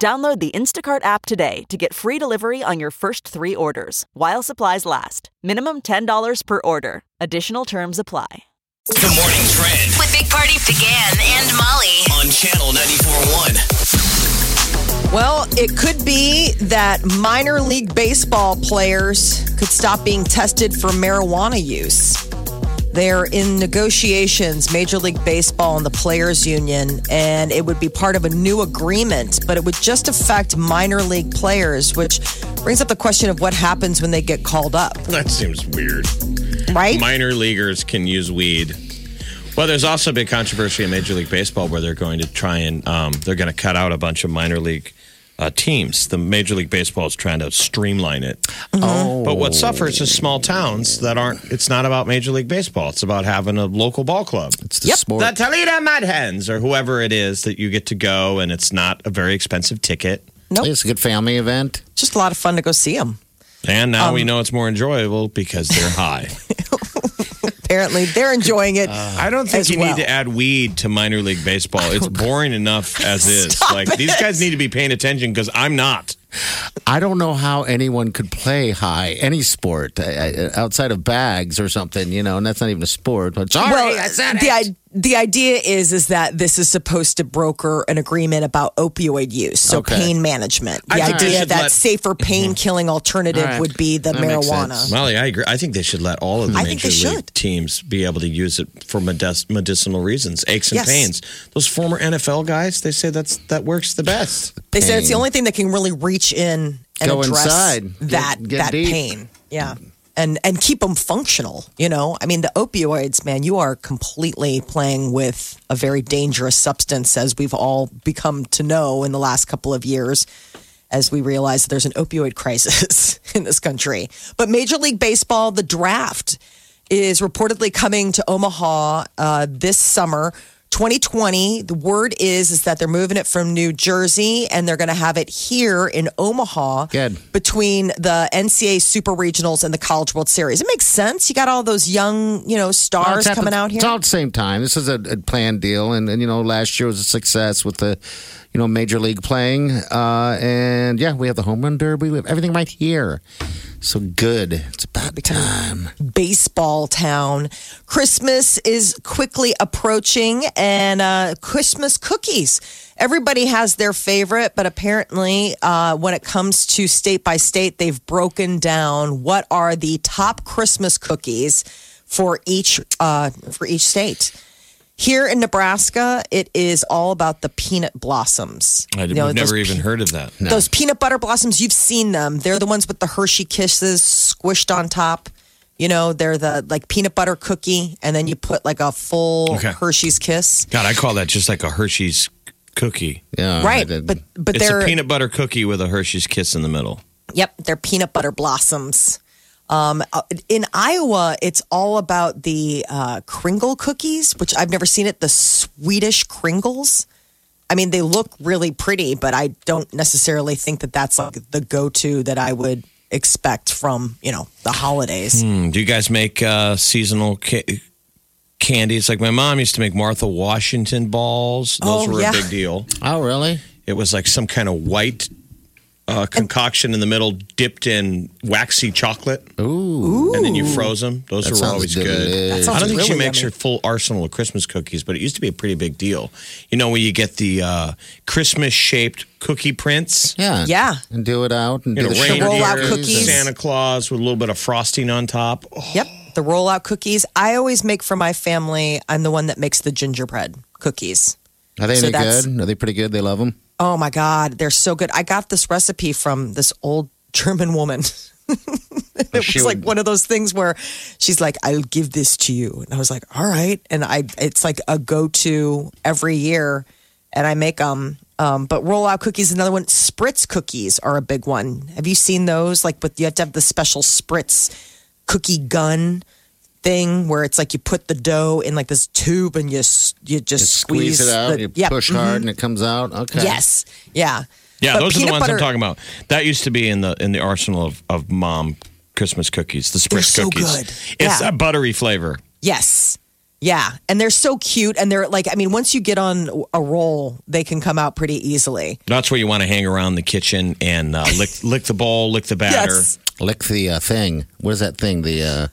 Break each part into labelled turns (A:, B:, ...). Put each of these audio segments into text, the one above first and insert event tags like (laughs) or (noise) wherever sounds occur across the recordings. A: Download the Instacart app today to get free delivery on your first three orders while supplies last. Minimum $10 per order. Additional terms apply.
B: The morning trend
C: With Big Party began and Molly.
B: on channel 94.1.
D: Well, it could be that minor league baseball players could stop being tested for marijuana use. They're in negotiations, Major League Baseball and the Players Union, and it would be part of a new agreement, but it would just affect minor league players, which brings up the question of what happens when they get called up,
E: That seems weird.
D: right?
E: Minor leaguers can use weed. Well, there's also been controversy in Major League Baseball where they're going to try and um, they're going to cut out a bunch of minor league uh, teams. The Major League Baseball is trying to streamline it. Oh. But what suffers is small towns that aren't. It's not about Major League Baseball. It's about having a local ball club.
F: It's the sport.
E: The Toledo Mud Hens or whoever it is that you get to go, and it's not a very expensive ticket.
F: it's a good family event.
D: Just a lot of fun to go see them.
E: And now we know it's more enjoyable because they're (laughs) high.
D: Apparently, they're enjoying it.
E: I don't think
D: as
E: you
D: well.
E: need to add weed to minor league baseball.
D: (laughs)
E: It's boring enough as is.
D: Stop
E: like these
D: it.
E: guys need to be paying attention because I'm not.
F: I don't know how anyone could play high any sport I, I, outside of bags or something, you know, and that's not even a sport. But sorry, I said
D: uh, the
F: it.
D: I- the idea is is that this is supposed to broker an agreement about opioid use, so
F: Okay. Mm-hmm.
D: pain management. The
E: I think they
D: idea
E: should
D: that
E: let-
D: safer pain killing alternative
F: All right.
D: would be the
F: That makes
D: marijuana.
F: sense.
E: Molly, I agree. I think they should let all of the
D: I think
E: major
D: they
E: league
D: should.
E: teams be able to use it for medic- medicinal reasons, aches and
D: Yes.
E: pains. Those former NFL guys, they say that's that works the best.
D: They said it's the
F: Pain.
D: only thing that can really reach in and
F: Go
D: address
F: inside. Get-
D: that
F: get
D: that
F: deep.
D: pain. Yeah. And and keep them functional, you know? I mean the opioids, man, you are completely playing with a very dangerous substance as we've all become to know in the last couple of years. as we realize that there's an opioid (laughs) crisis in this country. But Major League Baseball, the draft is reportedly coming to Omaha uh, this summer. 2020 the word is is that they're moving it from New Jersey and they're going to have it here in Omaha
F: Good.
D: between the NCAA Super Regionals and the College World Series it makes sense you got all those young you know
F: Well,
D: stars
F: it's happened-
D: coming out here
F: It's all at the same time. This is a, a planned deal, and, and you know, last year was a success with the, you know, major league playing, uh, and yeah, we have the home run derby. We have everything right here. So good. It's about time.
D: baseball town. Christmas is quickly approaching, and uh, Christmas cookies. Everybody has their favorite, but apparently, uh, when it comes to state by state, they've broken down what are the top Christmas cookies for each uh, for each state. Here in Nebraska, it is all about the peanut blossoms.
E: I
D: You know,
E: have
D: those
E: never even heard of that.
D: those peanut butter blossoms, you've seen them. They're the ones with the Hershey kisses squished on top. You know, they're the like peanut butter cookie, and then you put like a full
E: Okay.
D: Hershey's kiss.
E: God, I call that just like a Hershey's cookie.
F: Yeah,
D: right,
F: I did-
D: but but
E: It's
D: they're
E: a peanut butter cookie with a Hershey's kiss in the middle.
D: Yep, they're peanut butter blossoms. Um, uh, in Iowa, it's all about the uh, Kringle cookies, which I've never seen it. The Swedish Kringles. I mean, they look really pretty, but I don't necessarily think that that's like the go-to that I would expect from you know the holidays.
E: Mm, Do you guys make uh, seasonal ca- candies? Like my mom used to make Martha Washington balls. Those
D: Oh,
E: were
D: yeah.
E: a big deal.
F: oh, really?
E: It was like some kind of white uh, concoction in the middle, dipped in waxy chocolate,
F: Ooh,
E: and then you froze them. Those
F: That
E: were
F: sounds
E: always
F: delicious.
E: good.
D: That
E: I
D: sounds
E: don't think she
D: really
E: makes
D: yummy.
E: her full arsenal of Christmas cookies, but it used to be a pretty big deal. You know, when you get the uh, Christmas shaped cookie prints.
F: yeah,
D: Yeah.
F: and do it out and
E: You know,
F: do the
E: reindeer,
F: sugar
D: roll out
F: cookies.
D: cookies.
E: Santa Claus with a little bit of frosting on top. Oh,
D: Yep, the rollout cookies. I always make for my family. I'm the one that makes the gingerbread cookies.
F: Are they
D: So
F: any
D: that's-
F: good? Are they pretty good? They love them.
D: Oh my God, they're so good. I got this recipe from this old (laughs) German woman. it was
F: Oh, she
D: like
F: would-
D: one of those things where she's like, I'll give this to you. And I was like, all right. And I, it's like a go to every year. And I make them. Um, but rollout cookies, another one. Spritz cookies are a big one. Have you seen those? Like, but you have to have the special spritz cookie gun thing where it's like you put the dough in like this tube and you s- you just
F: Squeeze it out,
D: the-
F: you
D: yep,
F: push
D: mhm.
F: hard, and it comes out. Okay.
D: Yes, yeah,
E: Yeah,
D: But
E: those are the
D: peanut
E: ones
D: butter-
E: I'm talking about. That used to be in the in the arsenal of, of mom Christmas cookies, the Spritz
D: so
E: cookies.
D: good.
E: It's
D: Yeah.
E: a buttery flavor.
D: Yes. Yeah. And they're so cute. And they're like, I mean, once you get on a roll, they can come out pretty easily.
E: That's where you want to hang around the kitchen and uh,
D: (laughs)
E: lick lick the bowl, lick the batter.
D: Yes.
F: Lick the uh, thing. What is that thing? The uh,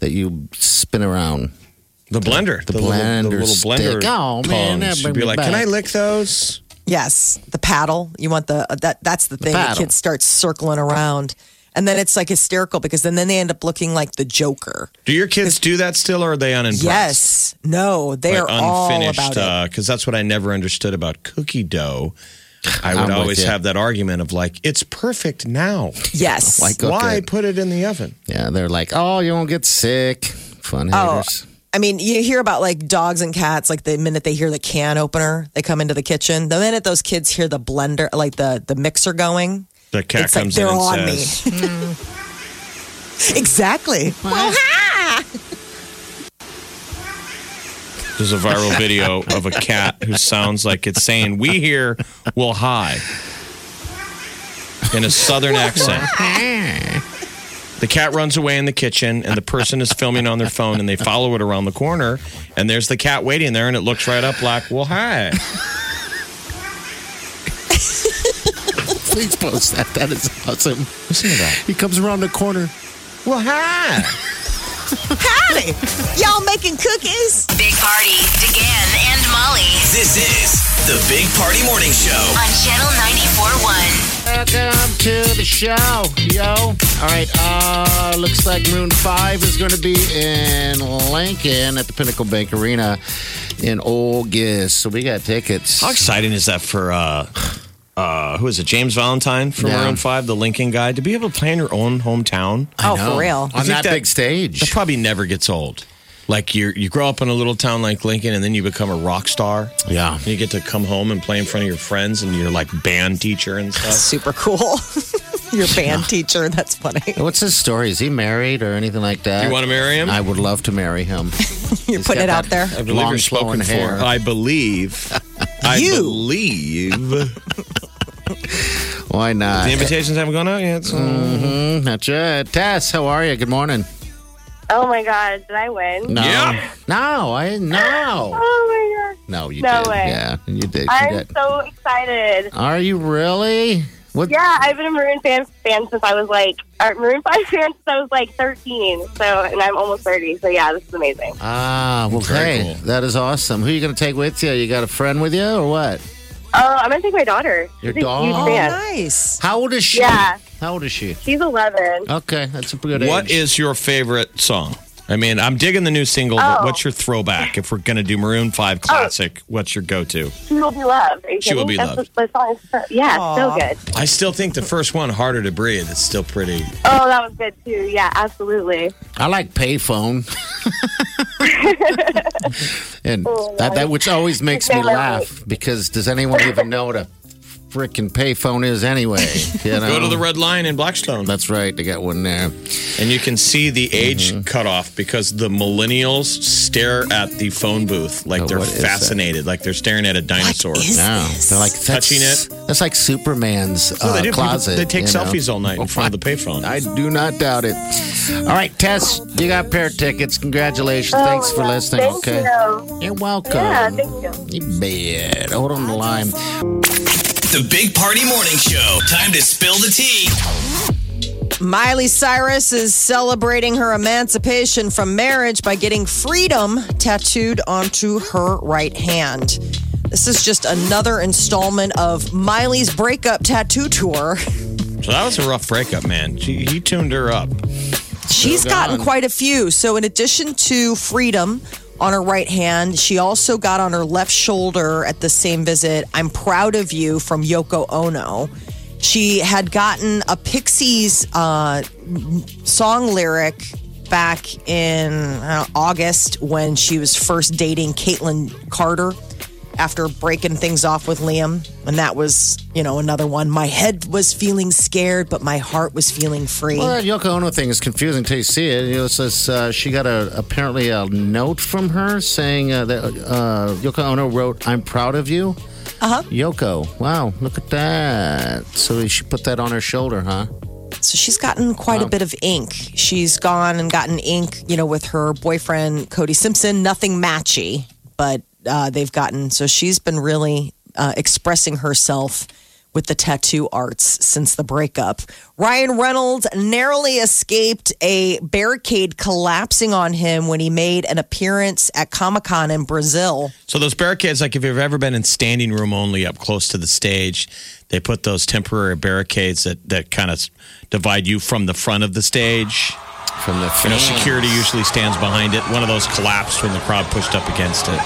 F: that you spin around.
E: The blender, the, little-
F: blender
E: the little blender.
F: stick. Oh, man, that
E: tongs. You'd
F: bring
E: be
F: me
E: like, can I
F: back."
E: lick those?
D: Yes. The paddle. You want the, that, that's the thing. The,
F: paddle.
D: kid starts circling around. And then it's like hysterical because then, then they end up looking like the Joker.
E: Do your kids do that still, or are they unimpressed?
D: Yes. No, they are
E: like
D: all about
E: unfinished uh,
D: it.
E: because that's what I never understood about cookie dough. I would
F: with
E: always
F: you.
E: have that argument of like, it's perfect now. Oh
D: yes.
F: Like cook
E: Why
F: it.
E: put it in the oven?
F: Yeah, they're like, oh, you won't get sick. Fun
D: Oh,
F: haters. (laughs)
D: I mean, you hear about like dogs and cats, like the minute they hear the can opener, they come into the kitchen. The minute those kids hear the blender, like the, the mixer going,
E: The cat
D: it's like
E: comes
D: they're
E: in and
D: on
E: says,
D: me. (laughs) exactly. Well, hi.
E: "There's a viral video of a cat who sounds like it's saying, "We here will hi." In a southern accent. The cat runs away in the kitchen, and the person is filming on their phone, and they follow it around the corner, and there's the cat waiting there, and it looks right up like, "Well, hi."
F: Please post that. That is awesome.
E: Listen to that.
F: He comes around the corner.
E: Well, hi.
D: Howdy. Y'all making cookies?
C: Big Party, DeGan and Molly
B: This is the Big Party Morning Show.
C: on Channel 94.1.
F: Welcome to the show, yo. All right, uh, looks like Maroon 5 is going to be in Lincoln at the Pinnacle Bank Arena in August. So we got tickets.
E: How exciting is that for uh, uh, who is it? James Valentine from
F: Yeah.
E: Maroon Five, the Lincoln guy, to be able to play in your own hometown.
D: Oh, for real.
F: On that,
E: that-
F: big
E: That
F: stage.
E: probably never gets old. Like you, you grow up in a little town like Lincoln, and then you become a rock star.
F: Yeah.
E: And you get to come home and play in front of your friends, and you're like band teacher and stuff.
D: Super cool. (laughs) Your band teacher. That's funny.
F: What's his story? Is he married or anything like that?
E: You wanna marry him?
F: I would love to marry him.
D: (laughs) You're putting it out there.
E: I believe
F: Long
E: you're spoken
F: flowing hair.
E: for. I (laughs) believe. I
D: You.
E: believe. the
F: Why not?
E: invitations haven't gone out yet. So.
F: Mm, Not yet. Tess, how are you? Good morning.
G: Oh my god, did I win?
F: No.
E: Yeah.
F: No, I no.
G: Oh my
F: No, you
G: No
F: did.
G: way.
F: Yeah, you did. You
G: god. I'm
F: did.
G: so excited.
F: Are you really? What?
G: Yeah, I've been a Maroon fan, fan since I was like, or Maroon (laughs) 5 fan since I was like 13. So, and I'm almost 30. So, yeah, this is amazing.
F: Ah, well,
E: Very
F: hey,
E: cool.
F: that is awesome. Who are you going to take with you? You got a friend with you or what?
G: Oh, I'm going to take my daughter.
F: Your
G: She's a huge
F: dog?
D: Oh,
G: fan.
D: nice.
F: How old is she?
G: Yeah.
F: How old is she?
G: She's 11.
F: Okay, that's a good age.
E: What is your favorite song? I mean, I'm digging the new single, but
G: Oh.
E: what's your throwback? If we're going to do Maroon 5 classic, what's your go to?
G: She will be loved. Are you
E: She will be
G: kidding? That's
E: loved.
G: what The song is, yeah, so good.
E: I still think the first one, Harder to Breathe, it's still pretty.
G: Oh, that was good too. Yeah, absolutely.
F: I like payphone. and that, that which always makes me
G: They love
F: laugh because does anyone even know what a freaking payphone is anyway? You know?
E: Go to the Red Lion in Blackstone,
F: That's right. They got one there.
E: and you can see the age
F: Mm-hmm.
E: cutoff because the millennials stare at the phone booth like
F: Oh,
E: they're
F: what is that?
E: fascinated, like they're staring at a dinosaur.
D: is
F: No, Oh, they're like that's,
E: Touching it.
F: That's like Superman's
E: No,
F: uh,
E: they do. People-
F: closet.
E: they take
F: you know?
E: selfies all night in front of the payphone.
F: I do not doubt it. All right, Tess, you got a pair of tickets. Congratulations.
G: Oh
F: Thanks
G: my
F: for
G: God.
F: listening.
G: Thank
F: okay.
G: you.
F: You're welcome.
G: Yeah, thank you.
F: You bet. Hold on the line.
B: The Big Party Morning Show. Time to spill the tea.
D: Miley Cyrus is celebrating her emancipation from marriage by getting freedom tattooed onto her right hand. This is just another installment of Miley's breakup tattoo tour. (laughs)
E: So that was a rough breakup, man. She, he tuned her up.
D: She's gotten
F: gone.
D: quite a few. So, in addition to freedom on her right hand, she also got on her left shoulder at the same visit, I'm proud of you from Yoko Ono. She had gotten a Pixies uh, song lyric back uh, in I don't know, August when she was first dating Caitlyn Carter. after breaking things off with Liam. And that was, you know, another one. My head was feeling scared, but my heart was feeling free.
F: Well, that Yoko Ono thing is confusing until you see it. You know, it says uh, she got a apparently a note from her saying uh, that uh, Yoko Ono wrote, "I'm proud of you."
D: Uh-huh.
F: Yoko, wow, look at that. So she put that on her shoulder, huh?
D: So she's gotten quite a bit of ink. She's gone and gotten ink, you know, with her boyfriend Cody Simpson. Nothing matchy, but uh, they've gotten. So she's been really uh, expressing herself with the tattoo arts since the breakup. Ryan Reynolds narrowly escaped a barricade collapsing on him when he made an appearance at Comic Con in Brazil.
E: So those barricades, like if you've ever been in standing room only up close to the stage, they put those temporary barricades that, that kind of divide you from the front of the stage.
F: From the
E: You know,
F: fans.
E: security usually stands behind it. One of those collapsed when the crowd pushed up against it.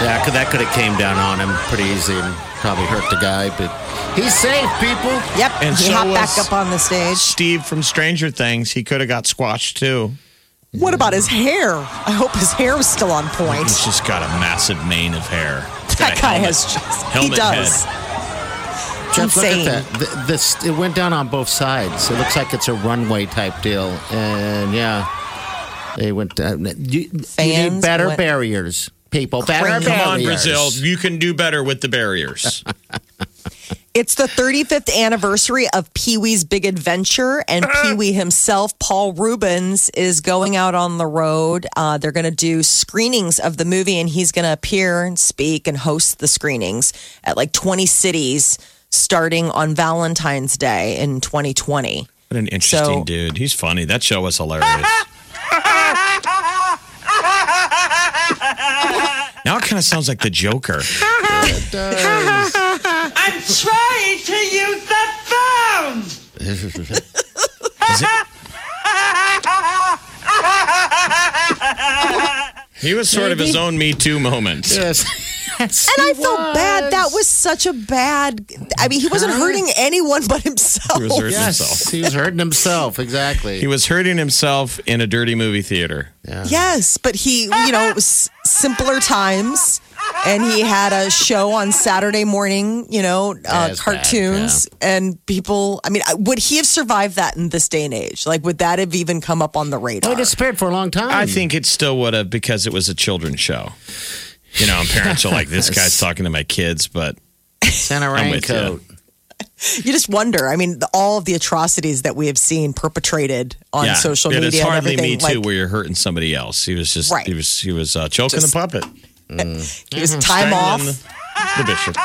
F: Yeah, 'cause that could have came down on him pretty easy and probably hurt the guy, but he's safe, people.
D: Yep,
E: And
D: he
E: so
D: hopped
E: was-
D: back up on the stage.
E: Steve from Stranger Things, he could have got squashed too.
D: What about his hair? I hope his hair was still on point.
E: He's just got a massive mane of hair. He's got
D: That
E: a
D: guy
E: helmet-
D: has just.
E: helmet
D: he does.
E: head.
F: Jeff, look
D: Insane.
F: at that. The, this it went down on both sides. It looks like it's a runway type deal, and yeah, they went. Down. You, you need
D: Fans
F: better
D: went-
F: barriers, people. Better
D: Crazy.
E: Come
F: barriers.
E: on,
F: (laughs)
E: Brazil. You can do better with the (laughs) barriers.
D: It's the 35th anniversary of Pee Wee's Big Adventure, and
E: Uh.
D: Pee Wee himself, Paul Rubens, is going out on the road. Uh, they're going to do screenings of the movie, and he's going to appear and speak and host the screenings at like 20 cities starting on Valentine's Day in 2020.
E: What an interesting
D: So-
E: dude. He's funny. That show was
D: (laughs)
E: hilarious. now it kind of sounds like the Joker.
H: I'm trying to use the phone!
E: He was sort of his own Me Too moment.
F: (laughs) Yes.
D: And I felt bad. That was such a bad. I mean, he wasn't hurting anyone but himself.
E: He was hurting himself.
F: Yes, he was hurting himself. Exactly.
E: He was hurting himself in a dirty movie theater.
D: Yes, but he, you know, it was simpler times. And he had a show on Saturday morning, you know, uh,
F: it's bad,
D: cartoons. And people, I mean, I- would he have survived that in this day and age? Like, would that have even come up on the radar?
F: He disappeared for a long time.
E: I think it still would have because it was a children's show. You know, and parents are like,
D: (laughs)
E: this guy's talking to my kids, but
F: Santa
E: I'm with
F: raincoat.
D: you just wonder. I mean, the, all of the atrocities that we have seen perpetrated on
E: yeah,
D: social
E: it
D: media.
E: is hardly
D: and
E: Me
D: everything,
E: Too
D: like,
E: where you're hurting somebody else. He was just,
D: Right.
E: he was, he was uh, choking
D: Just
E: the puppet.
D: it was time off.
E: Strangling The bishop.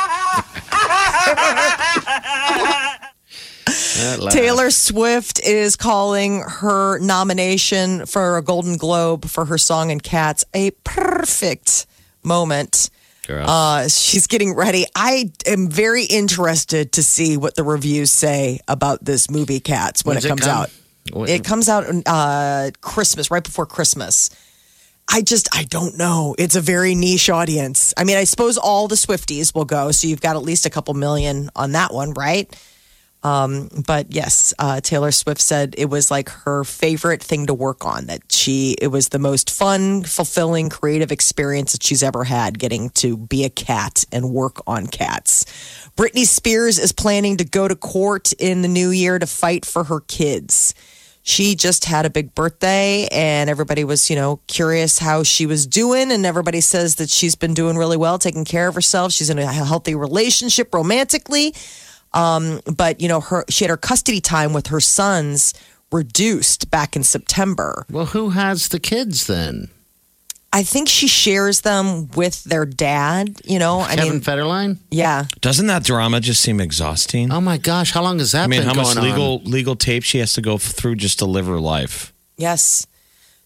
F: At last.
D: Taylor Swift is calling her nomination for a Golden Globe for her song in Cats a perfect moment.
F: Girl.
D: Uh, she's getting ready. I am very interested to see what the reviews say about this movie, Cats, when
F: When's
D: it
F: it
D: comes
F: come?
D: out. It comes out uh, Christmas, right before Christmas. I just, I don't know. It's a very niche audience. I mean, I suppose all the Swifties will go. So you've got at least a couple million on that one, right? but yes, uh, Taylor Swift said it was like her favorite thing to work on. That she, it was the most fun, fulfilling, creative experience that she's ever had, getting to be a cat and work on cats. Britney Spears is planning to go to court in the new year to fight for her kids. She just had a big birthday, and everybody was, you know, curious how she was doing. And everybody says that she's been doing really well, taking care of herself. She's in a healthy relationship romantically but you know her she had her custody time with her sons reduced back in September.
F: well, who has the kids then?
D: I think she shares them with their dad, you know. I
F: Kevin
D: mean,
F: Federline?
D: yeah.
E: Doesn't that drama just seem exhausting?
F: Oh my gosh, how long has that
E: I mean,
F: been
E: how much
F: going on?
E: legal legal tape she has to go through just to live her life?
D: Yes.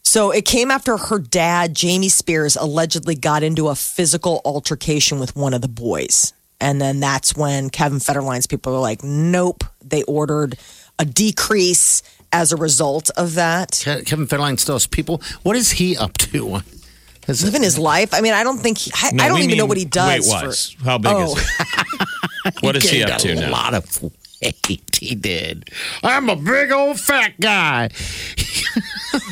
D: So it came after her dad, Jamie Spears, allegedly got into a physical altercation with one of the boys. And then that's when Kevin Federline's people were like, nope. They ordered a decrease as a result of that.
F: Ke- Kevin Federline still has people. What is he up to? (laughs) Is
D: Living his life. I mean, I don't think, he, I, I
E: No,
D: don't
E: we
D: even know
E: mean
D: what he does.
E: Weight
D: for-
E: wise, how big
D: Oh.
E: is it?
D: (laughs)
E: what is he
F: gained
E: up to
F: a
E: now?
F: lot (laughs) of weight. He did. I'm a big old fat guy.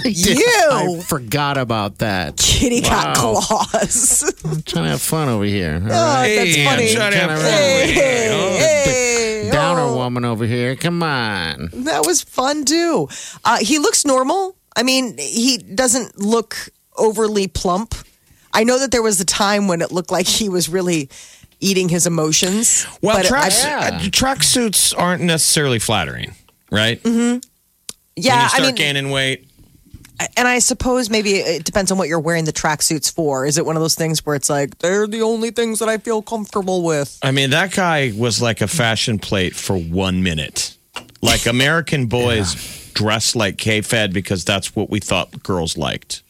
D: You!
F: I forgot about that.
D: Kitty got
F: Wow.
D: claws. (laughs)
F: I'm trying to have fun over here.
D: Oh,
F: All right.
D: That's
E: Hey,
D: funny.
E: I'm trying to Oh, have fun.
D: Hey, hey,
F: Downer
D: oh.
F: woman over here. Come on.
D: That was fun too. Uh, he looks normal. I mean, he doesn't look overly plump. I know that there was a time when it looked like he was really eating his emotions.
E: Well,
D: but I-
E: track,
F: Yeah.
E: uh, track suits aren't necessarily flattering, right? When
D: yeah,
E: you start
D: Mm-hmm. I mean,
E: gaining weight,
D: and I suppose maybe it depends on what you're wearing the tracksuits for. Is it one of those things where it's like they're the only things that I feel comfortable with?
E: I mean, that guy was like a fashion plate for one minute. Like American boys dressed like K-Fed because that's what we thought girls liked.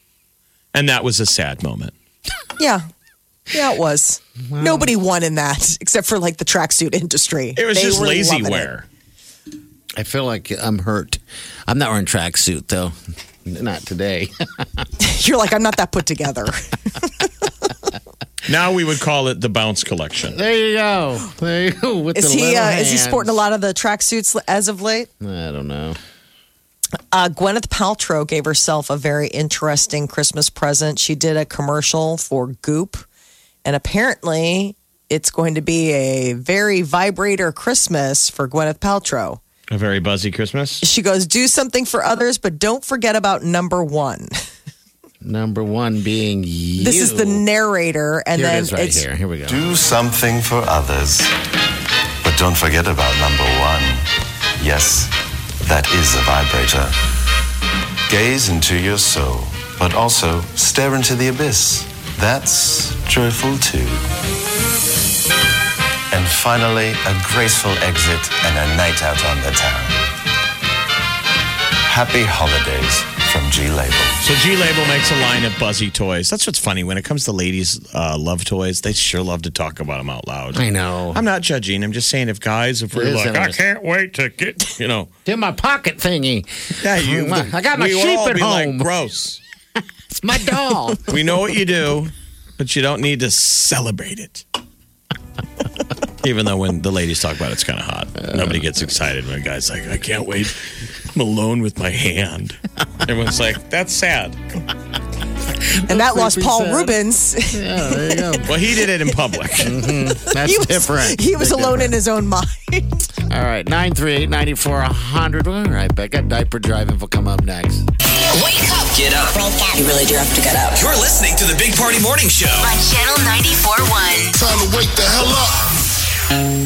E: And that was a sad moment.
D: Yeah. Yeah, it was. Nobody won in that (laughs) except for like the tracksuit industry.
E: It was
D: They
E: just
D: were
E: lazy
D: loving it.
E: wear.
F: I feel like I'm hurt. I'm not wearing tracksuit though. Not today.
D: (laughs) You're like, I'm not that put
F: (laughs)
D: together.
E: Now we would call it the bounce collection.
F: there you go. There you go. With
D: Is
F: the
D: he
F: little
D: uh, is he
F: hands.
D: sporting a lot of the tracksuits as of late?
F: I don't know.
D: Uh, Gwyneth Paltrow gave herself a very interesting Christmas present. She did a commercial for Goop, and apparently it's going to be a very vibrator Christmas for Gwyneth Paltrow.
E: A very buzzy Christmas.
D: She goes, "Do something for others, but don't forget about number one." (laughs)
F: Number one being you.
D: This is the narrator, and
F: Here
D: then
F: it is right
D: it's
F: here. Here we go.
I: Do something for others, but don't forget about number one. Yes, that is a vibrator. Gaze into your soul, but also stare into the abyss. That's joyful too. And finally, a graceful exit and a night out on the town. Happy holidays from G Label.
E: So G Label makes a line of buzzy toys. That's what's funny. When it comes to ladies' uh, love toys, they sure love to talk about them out loud.
F: I know.
E: I'm not judging. I'm just saying if guys, if
F: It
E: we're
F: is
E: like, I
F: interesting.
E: can't wait to get, you know,
F: Did my pocket thingy.
E: yeah, (laughs) you,
F: I got my
E: we would
F: sheep
E: all
F: at
E: be
F: home.
E: Like, Gross.
F: It's
D: (laughs)
F: my doll.
E: We know what you do, but you don't need to celebrate it. Even though when the ladies talk about it, it's kind of hot. Nobody gets excited when a guy's like, I can't wait. I'm alone with my hand. Everyone's like, that's sad.
D: and that lost Paul
F: sad.
D: Rubens. (laughs)
F: yeah, there you go.
E: Well, he did it in public.
F: That's
D: he was
F: different.
D: he was
F: Big
D: alone
F: difference.
D: in his own mind.
F: All right, 938 9400. All right, Becca, diaper driving will come up next.
C: Wake up
B: Get up.
J: You really do have to get up.
B: You're listening to the Big Party Morning Show.
C: on Channel 94.1.
K: Time to wake the hell up.